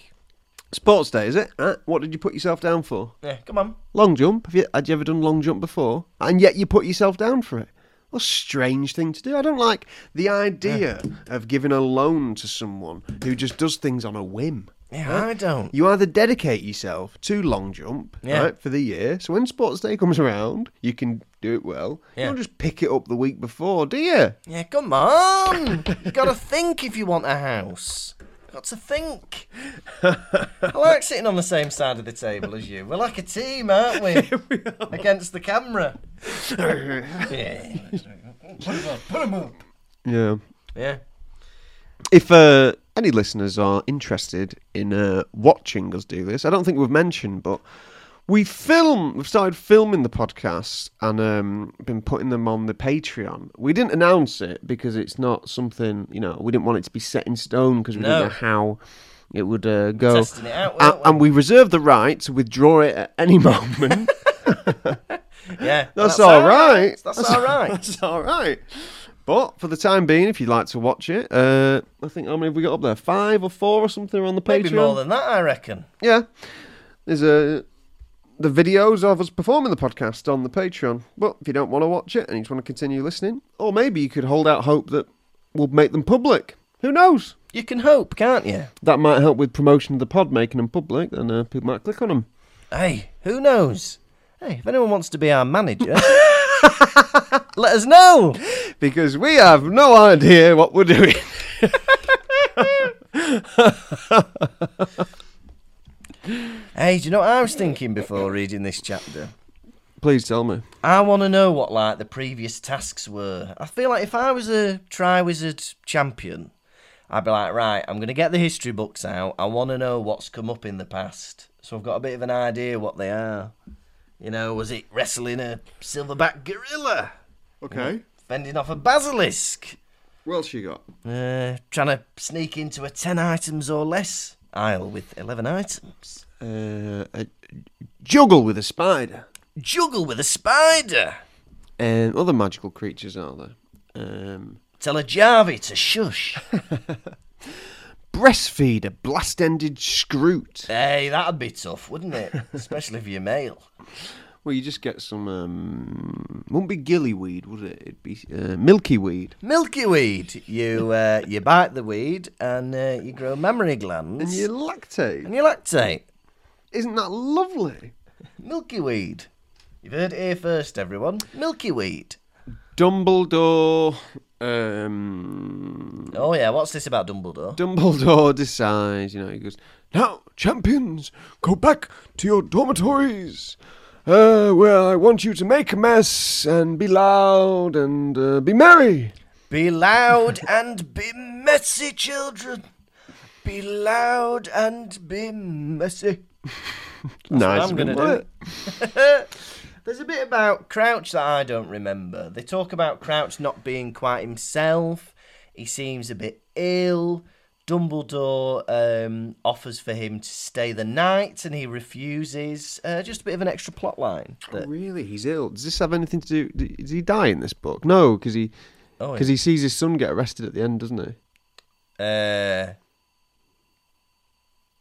Sports day, is it? Huh? What did you put yourself down for?
Yeah, come on.
Long jump? Have you, had you ever done long jump before? And yet you put yourself down for it. What a strange thing to do. I don't like the idea of giving a loan to someone who just does things on a whim.
Yeah, I don't.
You either dedicate yourself to long jump
Yeah.
right, for the year, so when sports day comes around, you can do it well.
Yeah.
You don't just pick it up the week before, do you?
Yeah, come on. you got to think if you want a house. Got to think. I like sitting on the same side of the table as you. We're like a team, aren't we? Against the camera. yeah.
Yeah.
Yeah.
If uh, any listeners are interested in uh, watching us do this, I don't think we've mentioned, but we film. We've started filming the podcasts and um, been putting them on the Patreon. We didn't announce it because it's not something you know. We didn't want it to be set in stone because we
No.
didn't know how it would uh, go.
testing it out,
A-
weren't we?
and we reserve the right to withdraw it at any (laughs) moment.
Yeah.
That's, all right.
That's all right.
That's all right. But for the time being, if you'd like to watch it, uh, I think how many have we got up there? Five or four or something on the
Maybe
Patreon.
more than that, I reckon.
yeah, there's a the videos of us performing the podcast on the Patreon. But if you don't want to watch it and you just want to continue listening, or maybe you could hold out hope that we'll make them public. Who knows?
You can hope, can't you?
That might help with promotion of the pod, making them public, and uh, people might click on them.
Hey, who knows? Hey, if anyone wants to be our manager,
(laughs)
let us know.
because we have no idea what we're doing. (laughs)
Hey, do you know what I was thinking before reading this chapter?
Please tell me.
I want to know what like the previous tasks were. I feel like if I was a Triwizard champion, I'd be like, right, I'm going to get the history books out. I want to know what's come up in the past, so I've got a bit of an idea what they are. You know, was it wrestling a silverback gorilla,
Okay.
fending off a basilisk,
What else you got?
uh, trying to sneak into a ten items or less aisle with eleven items?
Uh, a, juggle with a spider.
Juggle with a spider.
Um, other magical creatures are there? Um,
Tell a Jarvie to shush.
breastfeed a blast-ended scroot.
hey, that'd be tough, wouldn't it? Especially if you're male.
Well, you just get some. Um, wouldn't be gillyweed, would it? It'd be uh, milky weed.
Milky weed. You uh, you bite the weed and uh, you grow memory glands
And you lactate.
and you lactate.
Isn't that lovely?
Milky weed. You've heard it here first, everyone. Milky weed.
Dumbledore. Um,
Oh yeah, what's this about Dumbledore?
Dumbledore decides, you know, he goes, Now, champions, go back to your dormitories, uh, where I want you to make a mess and be loud and uh, be merry.
Be loud and be messy, children. Be loud and be messy.
nice.
I'm gonna
wasn't
There's a bit about Crouch that I don't remember. They talk about Crouch not being quite himself. He seems a bit ill. Dumbledore um, offers for him to stay the night, and he refuses. Uh, just a bit of an extra plot line.
it?
That,
Really, he's ill. Does this have anything to do? d- Does he die in this book? No, because he
oh,
because he sees his son get arrested at the end, doesn't he?
Uh,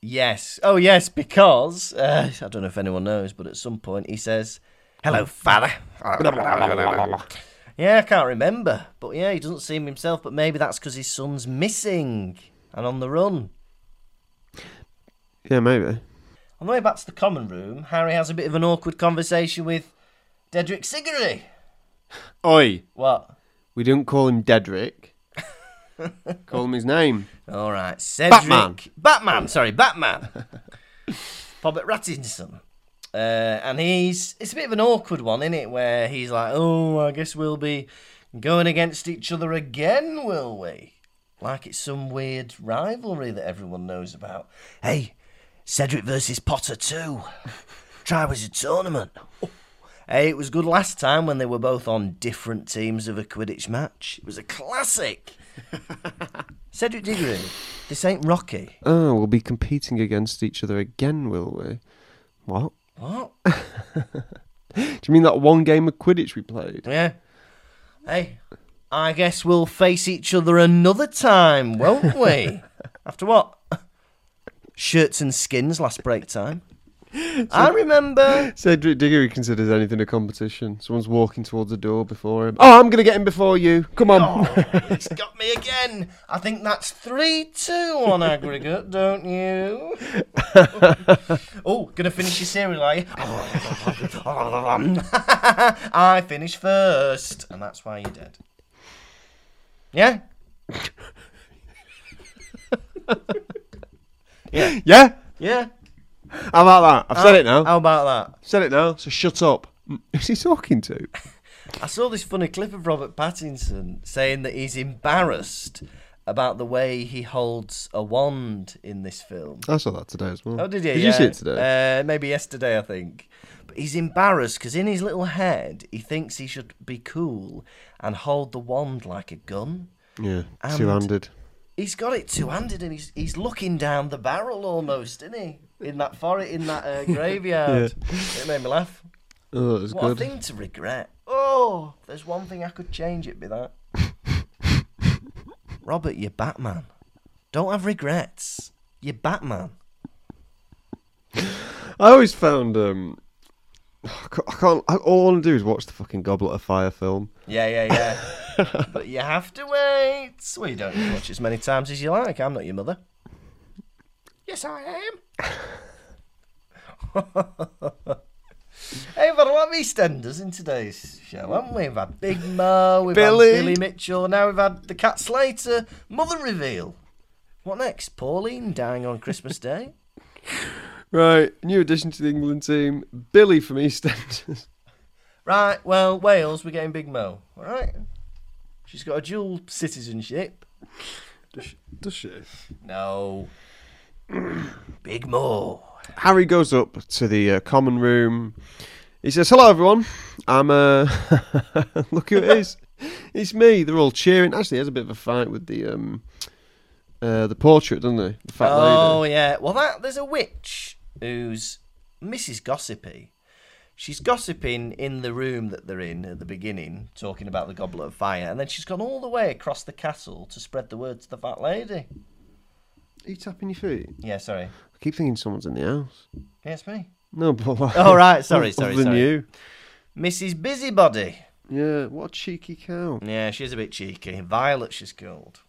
yes. Oh, yes, because uh, I don't know if anyone knows, but at some point he says, Hello, father. yeah, I can't remember. But yeah, he doesn't seem himself, but maybe that's because his son's missing and on the run.
Yeah, maybe.
On the way back to the common room, Harry has a bit of an awkward conversation with Dedrick Siggory.
Oi,
What?
we don't call him
(laughs)
Dedrick. call him his name.
All right, Cedric.
Batman.
Batman, sorry, Batman. (laughs) Robert Rattinson. Uh, and he's it's a bit of an awkward one, isn't it? Where he's like, "Oh, I guess we'll be going against each other again, will we?" Like it's some weird rivalry that everyone knows about. Hey, Cedric versus Potter too. Triwizard tournament. Hey, it was good last time when they were both on different teams of a Quidditch match. It was a classic. Cedric Diggory, this ain't Rocky.
Oh, we'll be competing against each other again, will we? What?
What?
Do you mean that one game of Quidditch we played?
(laughs) Yeah. Hey, I guess we'll face each other another time, won't we? After what? Shirts and skins last break time. I remember.
Cedric Diggory considers anything a competition. Someone's walking towards the door before him. Oh, I'm going to get him before you. Come on.
It's got me again. I think that's 3 2 on aggregate, don't you? oh, gonna finish your cereal, are you? I finished first, and that's why you're dead. Yeah?
(laughs) yeah?
Yeah.
How about that? I've said it now.
How about
said it now. So shut up. Who's he talking to?
that? I saw this funny clip of Robert Pattinson saying that he's embarrassed about the way he holds a wand in this film.
I saw that today as well.
Oh, did you?
Did
yeah.
you see it today?
Uh, maybe yesterday, I think. But he's embarrassed because in his little head, he thinks he should be cool and hold the wand like a gun.
yeah.
and-
Two-handed.
He's got it two-handed and he's he's looking down the barrel almost, isn't he? In that forest, in that
(laughs)
uh, graveyard. It made me laugh.
Oh, that was
What a
good.
thing to regret. Oh, if there's one thing I could change. It'd be
(laughs)
that. Robert, you're Batman. Don't have regrets. You're Batman.
I always found... um I ca- I can't. I, all I want to do is watch the fucking Goblet of Fire film.
Yeah, yeah, yeah. but you have to wait. Well, you don't need to watch as many times as you like. I'm not your mother. Yes, I am. (laughs) hey, we've had a lot of EastEnders in today's show, haven't we? We've had Big Mo, we've
Billy.
had Billy Mitchell, now we've had the Cat Slater mother reveal. What next? Pauline dying on Christmas Day?
Right, new addition to the England team, Billy from EastEnders.
Right, well, Wales, we're getting Big Mo, alright? She's got a dual citizenship.
Does she?
No. (clears throat) Big Mo.
Harry goes up to the uh, common room. He says, "Hello, everyone. I'm uh, (laughs) look who
(laughs)
it is. it's me." They're all cheering. Actually, he has a bit of a fight with the um, uh, the portrait, doesn't he? The fat
Oh
lady.
yeah. Well, that there's a witch who's Mrs. Gossipy. She's gossiping in the room that they're in at the beginning, talking about the Goblet of Fire, and then she's gone all the way across the castle to spread the word to the fat lady.
Are you tapping your feet?
Yeah, sorry.
I keep thinking someone's in the house.
Yeah, it's me.
No, (laughs) but like,
Oh, right, sorry,
other
sorry,
than
sorry.
you.
Mrs. Busybody.
Yeah, what a cheeky cow.
Yeah, she's a bit cheeky. Violet, she's called.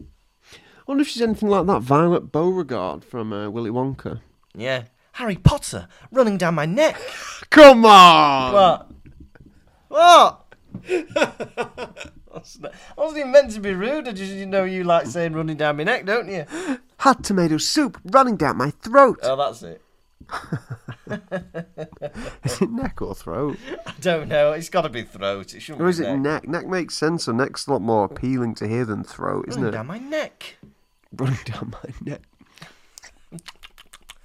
I wonder if she's anything like that Violet Beauregard from uh, Willy Wonka.
Yeah. Harry Potter running down my neck.
Come on!
What?
oh,
What? I wasn't even meant to be rude. I just you know you like saying running down my neck, don't
(gasps)
you?
Hot tomato soup running down my throat.
Oh, that's it.
(laughs) Is it neck or throat?
I don't know. It's got to be throat. It shouldn't
Or
be
is it
neck.
neck? Neck makes sense, so neck's a lot more appealing to hear than throat, isn't
running
it?
down my neck.
Running down (laughs) my neck.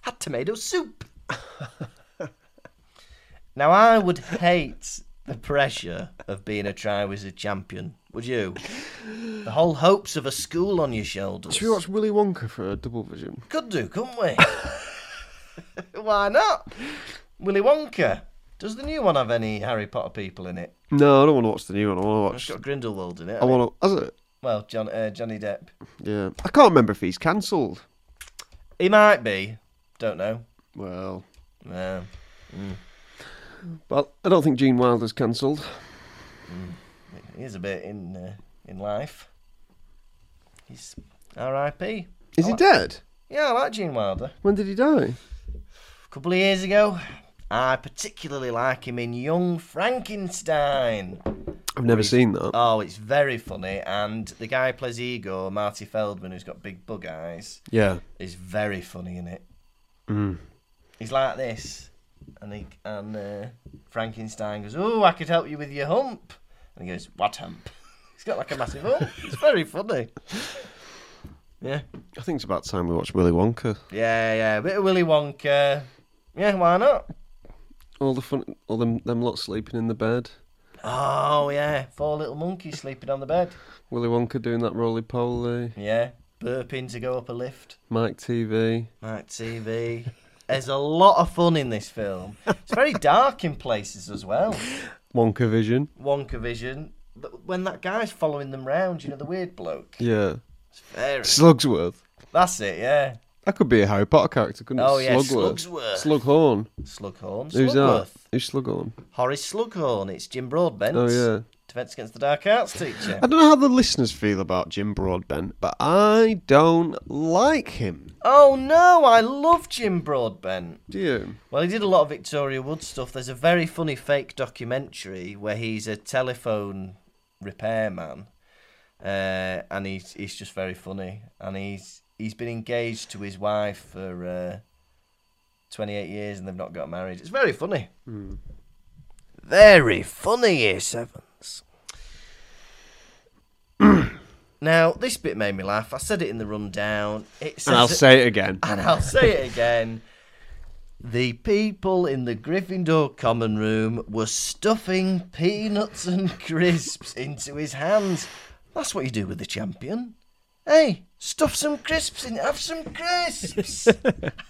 Had tomato soup. (laughs) now I would hate the pressure of being a Triwizard champion. Would you? The whole hopes of a school on your shoulders.
Should we watch Willy Wonka for a double vision?
Could do, couldn't we? (laughs) Why not? Willy Wonka. Does the new one have any Harry Potter people in it?
No, I don't want to watch the new one. I want
It's
to watch.
got Grindelwald in it.
I
hasn't
want to. Has it?
it? Well, John, uh, Johnny Depp.
Yeah. I can't remember if he's cancelled.
He might be. Don't know.
Well.
Uh,
Well, I don't think Gene Wilder's cancelled.
he is a bit in uh, in life. He's R.I.P.
Is he dead?
Yeah, I like Gene Wilder.
When did he die?
A couple of years ago, I particularly like him in Young Frankenstein.
I've never seen that.
Oh, it's very funny. And the guy who plays Igor, Marty Feldman, who's got big bug eyes,
yeah.
is very funny in it.
Mm.
He's like this, and he and uh, Frankenstein goes, "Oh, I could help you with your hump," and he goes, "What hump?" (laughs) He's got like a massive hump. It's very funny. Yeah,
I think it's about time we watch Willy Wonka.
yeah, yeah. A bit of Willy Wonka. Yeah, why not?
All the fun, all them them lot sleeping in the bed.
Oh yeah, four little monkeys sleeping on the bed.
Willy Wonka doing that roly poly.
Yeah, burping to go up a lift.
Mike TV.
Night TV. There's a lot of fun in this film. It's very dark in places as well.
Wonka Vision.
Wonka Vision. th- When that guy's following them round, you know the weird bloke.
Yeah.
It's very.
Slugsworth.
That's it, yeah.
That could be a Harry Potter character, couldn't
Oh
it?
yeah,
Slugsworth.
Slugsworth.
Slughorn.
Slughorn.
Who's that?
Slugworth.
Who's Slughorn?
Horace Slughorn. It's Jim Broadbent.
Oh yeah.
Defense Against the Dark Arts teacher. (laughs)
I don't know how the listeners feel about Jim Broadbent, but I don't like him.
oh no, I love Jim Broadbent.
Do you?
Well, he did a lot of Victoria Wood stuff. There's a very funny fake documentary where he's a telephone repairman, uh, and he's he's just very funny. And he's he's been engaged to his wife for uh, 28 years, and they've not got married. It's very funny.
Hmm.
Very funny, year
(clears throat)
sevens. now this bit made me laugh. I said it in the rundown. It's
And I'll say it again.
and I'll (laughs) say it again. The people in the Gryffindor common room were stuffing peanuts and (laughs) crisps into his hands. That's what you do with the champion. Hey, stuff some crisps in. Have some (laughs) crisps.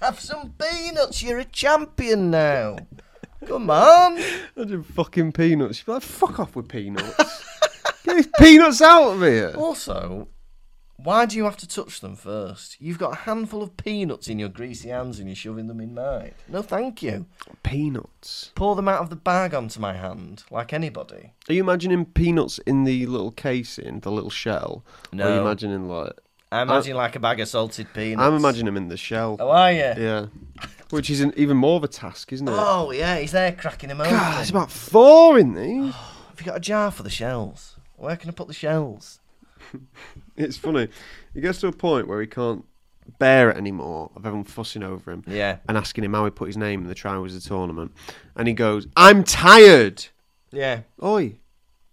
have some peanuts. You're a champion now. Come on.
Imagine fucking peanuts. You'd be like, fuck off with peanuts. (laughs) Get these peanuts out of here.
Also, why do you have to touch them first? You've got a handful of peanuts in your greasy hands and you're shoving them in mine. No, thank you.
Peanuts.
pour them out of the bag onto my hand, like anybody.
Are you imagining peanuts in the little casing, the little shell? Or are you
No.
imagining like
I imagine like a bag of salted peanuts.
I'm imagining them in the shell.
Oh, are you?
Yeah. Which is an, even more of a task, isn't it?
Oh, yeah, he's there cracking them open.
God, there's about four in these.
Have you got a jar for the shells? Where can I put the shells?
It's funny. He gets to a point where he can't bear it anymore of everyone fussing over him
Yeah.
and asking him how he put his name in the Triwizard tournament. And he goes, I'm tired.
Yeah.
Oi,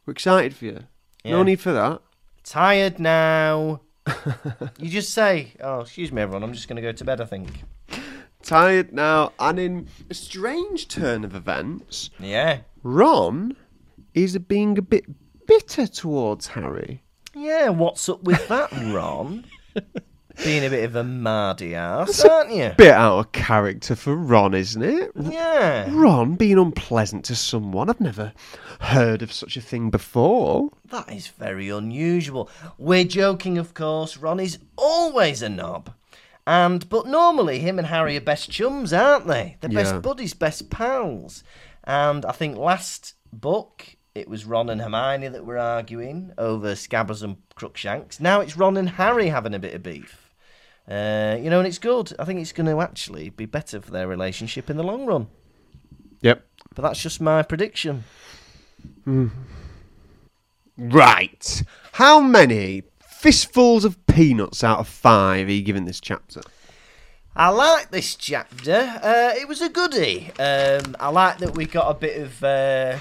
we're excited for you.
Yeah.
No need for that.
Tired
(laughs)
now. you just say, oh, excuse me, everyone, I'm just going to go to bed, I think.
Tired now. And in a strange turn of events,
Yeah.
Ron is being a bit bitter towards Harry. (laughs)
Yeah, what's up with that, Ron? being a bit of a mardy ass, aren't you?
Bit out of character for Ron, isn't it?
Yeah.
Ron being unpleasant to someone. I've never heard of such a thing before.
That is very unusual. We're joking, of course. Ron is always a knob. And but normally him and Harry are best chums, aren't they? They're
Yeah.
best buddies, best pals. And I think last book it was Ron and Hermione that were arguing over Scabbers and Crookshanks. Now it's Ron and Harry having a bit of beef. Uh, you know, and it's good. I think it's going to actually be better for their relationship in the long run.
Yep.
But that's just my prediction.
Right. How many fistfuls of peanuts out of five are you giving this chapter?
I like this chapter. Uh, it was a goodie. Um, I like that we got a bit of, uh,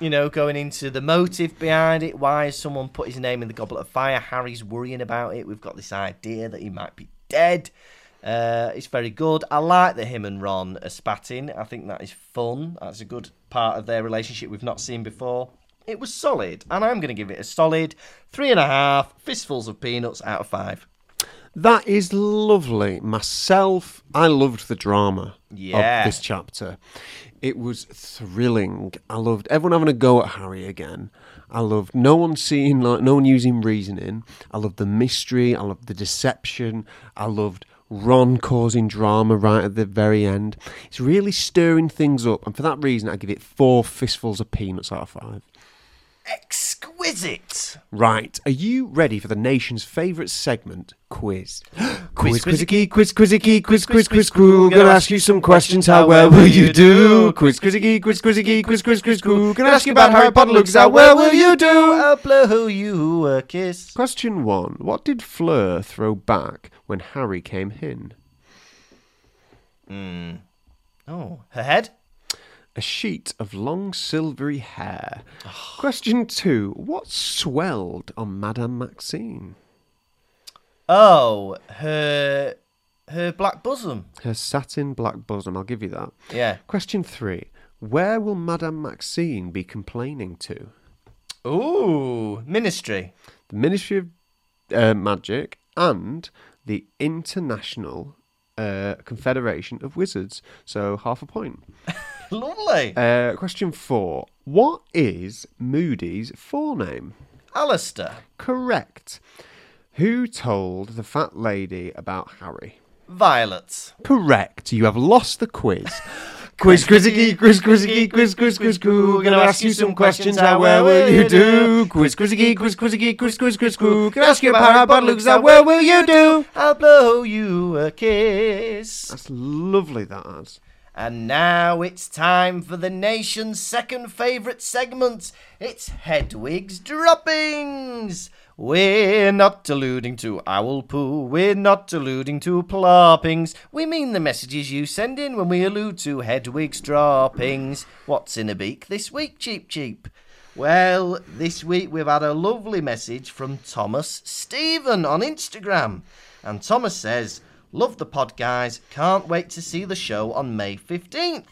you know, going into the motive behind it. Why has someone put his name in the Goblet of Fire? Harry's worrying about it. We've got this idea that he might be dead. Uh, it's very good. I like that him and Ron are spatting. I think that is fun. That's a good part of their relationship we've not seen before. It was solid, and I'm going to give it a solid three and a half fistfuls of peanuts out of five.
That is lovely. Myself, I loved the drama
Yeah.
of this chapter. It was thrilling. I loved everyone having a go at Harry again. I loved no one seeing like no one using reasoning. I loved the mystery. I loved the deception. I loved Ron causing drama right at the very end. It's really stirring things up, and for that reason, I give it four fistfuls of peanuts out of five.
Exquisite.
Right, are you ready for the nation's favourite segment, (gasps) quiz?
quiz,
quiz, quizzicky, quiz, quizzicky, quiz, quiz,
quiz,
quiz, coo.
quiz.
Gonna ask you some questions, how well will you do? Quiz, quizzicky, quiz, quizzicky, quiz, quiz, quiz, coo. Gonna ask you about Harry Potter looks, how well will you (laughs) do?
I'll blow you a kiss.
Question one What did Fleur throw back when Harry came in?
Oh, her head?
A sheet of long silvery (sighs) hair. Question two What swelled on Madame Maxine?
Oh, her her black bosom.
Her satin black bosom, I'll give you that.
Yeah.
Question three. Where will Madame Maxine be complaining to?
Ooh, ministry.
The Ministry of uh, Magic and the International uh, Confederation of Wizards. So half a point.
Lovely.
Uh, question four. What is Moody's forename?
Alistair.
Correct. Who told the fat lady about Harry?
Violet.
Correct. You have lost the quiz. (laughs) quiz, quizzicky, quiz, quizzicky, quiz, quiz, quiz, coo. Gonna ask you some questions. How well will you do? Quiz, quizzicky, quiz, quizzicky, quiz, quiz, quiz, coo. Gonna ask you about how bad looks. How well will you do?
I'll blow you a kiss.
That's lovely. That is.
And now it's time for the nation's second favourite segment. It's Hedwig's Droppings. We're not alluding to owl poo. We're not alluding to ploppings. We mean the messages you send in when we allude to Hedwig's Droppings. What's in a beak this week, Cheap Cheap? Well, this week we've had a lovely message from Thomas Stephen on Instagram. And Thomas says, Love the pod, guys. Can't wait to see the show on May 15th.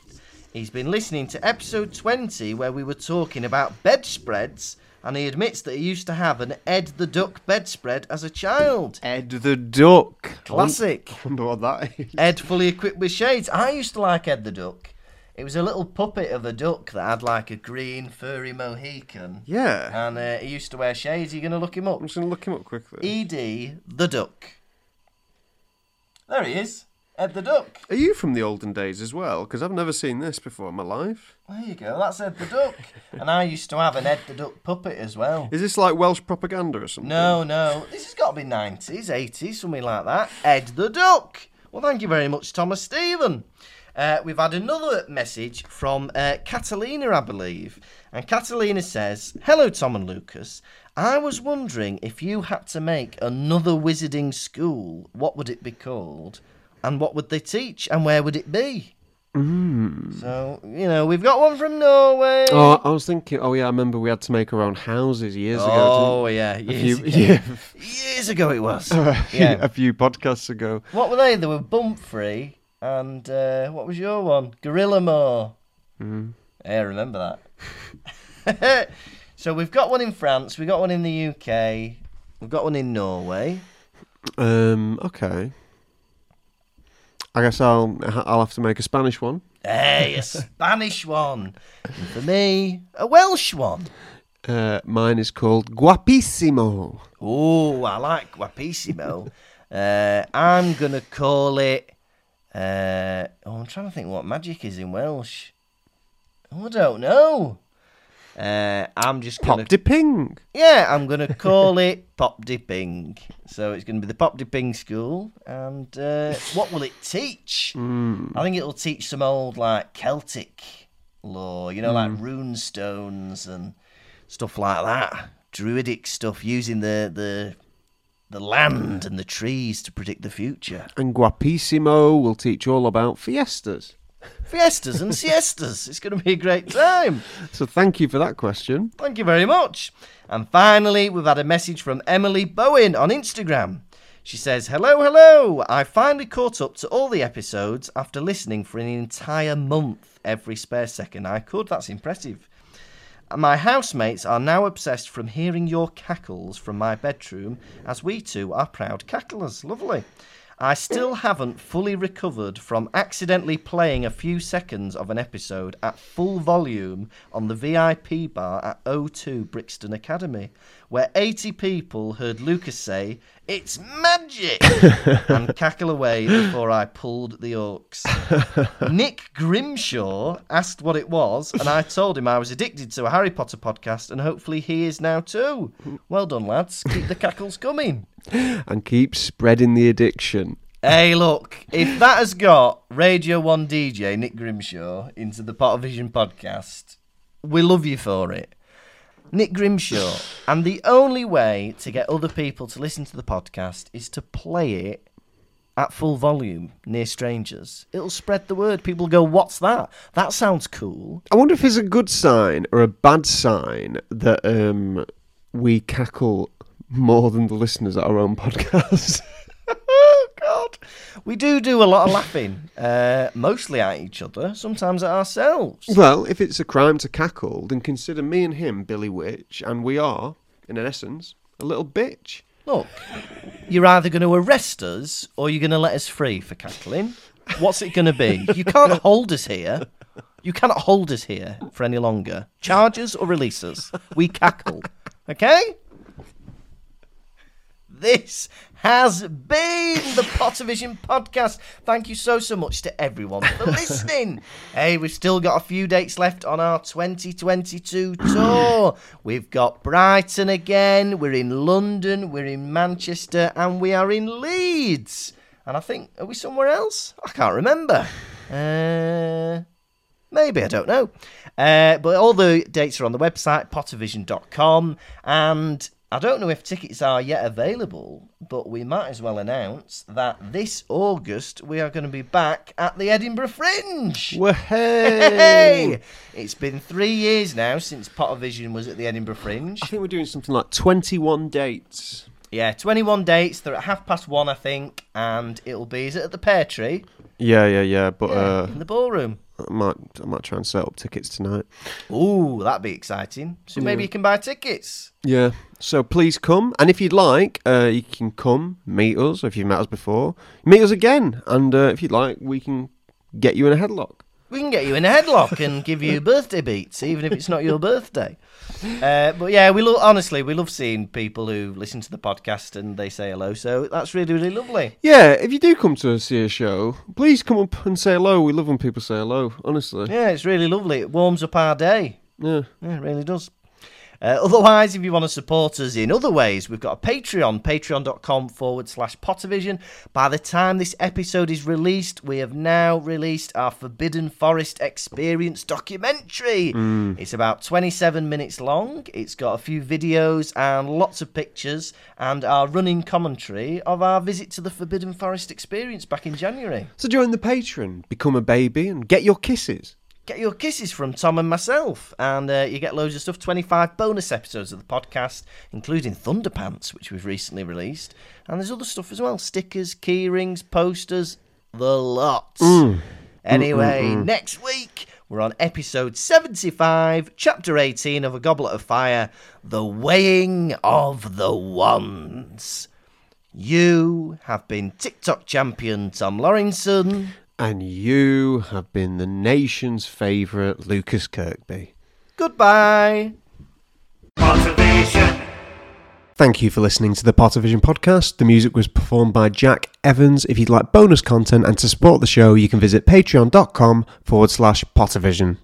He's been listening to episode 20 where we were talking about bedspreads, and he admits that he used to have an Ed the Duck bedspread as a child.
Ed the Duck.
Classic.
(laughs) I wonder what that is.
Ed fully equipped with shades. I used to like Ed the Duck. It was a little puppet of a duck that had like a green furry Mohican.
Yeah.
And uh, he used to wear shades. Are you going to look him up?
I'm just gonna look him up quickly.
Ed the Duck. There he is. Ed the Duck.
Are you from the olden days as well? Because I've never seen this before in my life.
There you go. That's Ed the Duck. and I used to have an Ed the Duck puppet as well.
Is this like Welsh propaganda or something?
No, no. This has got to be 90s, 80s, something like that. Ed the Duck. Well, thank you very much, Thomas Stephen. Uh, we've had another message from uh, Catalina, I believe. And Catalina says, Hello, Tom and Lucas. I was wondering if you had to make another wizarding school, what would it be called? And what would they teach? And where would it be? So, you know, we've got one from Norway.
Mm. Oh, I was thinking. Oh yeah, I remember we had to make our own houses years ago. didn't we?
Oh, yeah. Years,
few-
ago.
(laughs) yeah.
years ago it
(laughs)
was.
yeah.
(laughs) Yeah.
a few podcasts ago.
What were they? They were Bumfrey and uh, what was your one? Gorilla Moor. Mm. Yeah, I remember that. (laughs) so we've got one in France, we've got one in the UK, we've got one in Norway.
Um. Okay. I guess I'll I'll have to make a Spanish one.
Hey, a Spanish one. And for me, a Welsh one.
Uh, mine is called Guapissimo.
Ooh, Oh, I like guapissimo. uh, I'm gonna call it. Uh, oh, I'm trying to think what magic is in Welsh. Oh, I don't know. Uh, I'm just gonna.
Pop de ping.
yeah, I'm gonna call it pop dipping. So it's gonna be the pop dipping school, and uh, what will it teach? I think it'll teach some old like Celtic lore, you know, like rune stones and stuff like that, druidic stuff, using the the the land and the trees to predict the future.
And Guapissimo will teach all about fiestas.
Fiestas and siestas. It's going to be a great time.
So thank you for that question.
Thank you very much. And finally, we've had a message from Emily Bowen on Instagram. She says, Hello, hello. I finally caught up to all the episodes after listening for an entire month every spare second I could. That's impressive. My housemates are now obsessed from hearing your cackles from my bedroom, as we two are proud cacklers. Lovely. I still haven't fully recovered from accidentally playing a few seconds of an episode at full volume on the VIP bar at O2 Brixton Academy, where 80 people heard Lucas say, It's magic! and cackle away before I pulled the orcs. Nick Grimshaw asked what it was, and I told him I was addicted to a Harry Potter podcast, and hopefully he is now too. Well done, lads. Keep the cackles coming.
And keep spreading the addiction.
Hey, look, if that has got Radio 1 DJ Nick Grimshaw into the Pottervision podcast, we love you for it. Nick Grimshaw. And the only way to get other people to listen to the podcast is to play it at full volume near strangers. It'll spread the word. People go, What's that? That sounds cool.
I wonder if it's a good sign or a bad sign that um, we cackle more than the listeners at our own (laughs) podcast.
Oh, (laughs) God. We do do a lot of laughing, uh, mostly at each other, sometimes at ourselves.
well, if it's a crime to cackle, then consider me and him Billy Witch, and we are, in an essence, a little bitch.
Look, you're either going to arrest us or you're going to let us free for cackling. What's it going to be? You can't hold us here. You cannot hold us here for any longer. Charge us or release us. We cackle. Okay? This has been the Pottervision podcast. Thank you so, so much to everyone for listening. hey, we've still got a few dates left on our 2022 tour. We've got Brighton again, we're in London, we're in Manchester, and we are in Leeds. And I think, are we somewhere else? I can't remember. Uh, Maybe, I don't know. Uh, but all the dates are on the website, pottervision.com. And I don't know if tickets are yet available, but we might as well announce that this August we are going to be back at the Edinburgh Fringe.
Hey!
Hey! It's been three years now since Pottervision was at the Edinburgh Fringe.
I think we're doing something like 21 dates.
Yeah, 21 dates. They're at half past one, I think. And it'll be, is it at the Pear Tree?
Yeah, yeah, yeah. But uh,
In the ballroom.
I might, I might try and set up tickets tonight.
Ooh, that'd be exciting. So maybe you can buy tickets.
Yeah. So please come, and if you'd like, uh, you can come meet us. If you've met us before, meet us again, and uh, if you'd like, we can get you in a headlock.
We can get you in a headlock and give you birthday beats, even if it's not your birthday. Uh, but yeah, we love honestly, we love seeing people who listen to the podcast and they say hello. So that's really, really lovely.
Yeah. If you do come to see a show, please come up and say hello. We love when people say hello. Honestly.
Yeah, it's really lovely. It warms up our day.
Yeah.
Yeah, it really does. Uh, otherwise, if you want to support us in other ways, we've got a Patreon, patreon.com forward slash Pottervision. By the time this episode is released, we have now released our Forbidden Forest Experience documentary. It's about 27 minutes long. It's got a few videos and lots of pictures and our running commentary of our visit to the Forbidden Forest Experience back in January.
So join the patron, become a baby, and get your kisses.
get your kisses from Tom and myself, and uh, you get loads of stuff. Twenty-five bonus episodes of the podcast, including Thunderpants, which we've recently released, and there's other stuff as well: stickers, key rings, posters, the lot. Anyway, next week we're on episode seventy-five, chapter eighteen of A Goblet of Fire: The Weighing of the Wands. You have been TikTok champion Tom Laurinson.
And you have been the nation's favourite Lucas Kirkby.
Goodbye.
Motivation.
Thank you for listening to the Pottervision podcast. The music was performed by Jack Evans. If you'd like bonus content and to support the show, you can visit patreon.com forward slash Pottervision.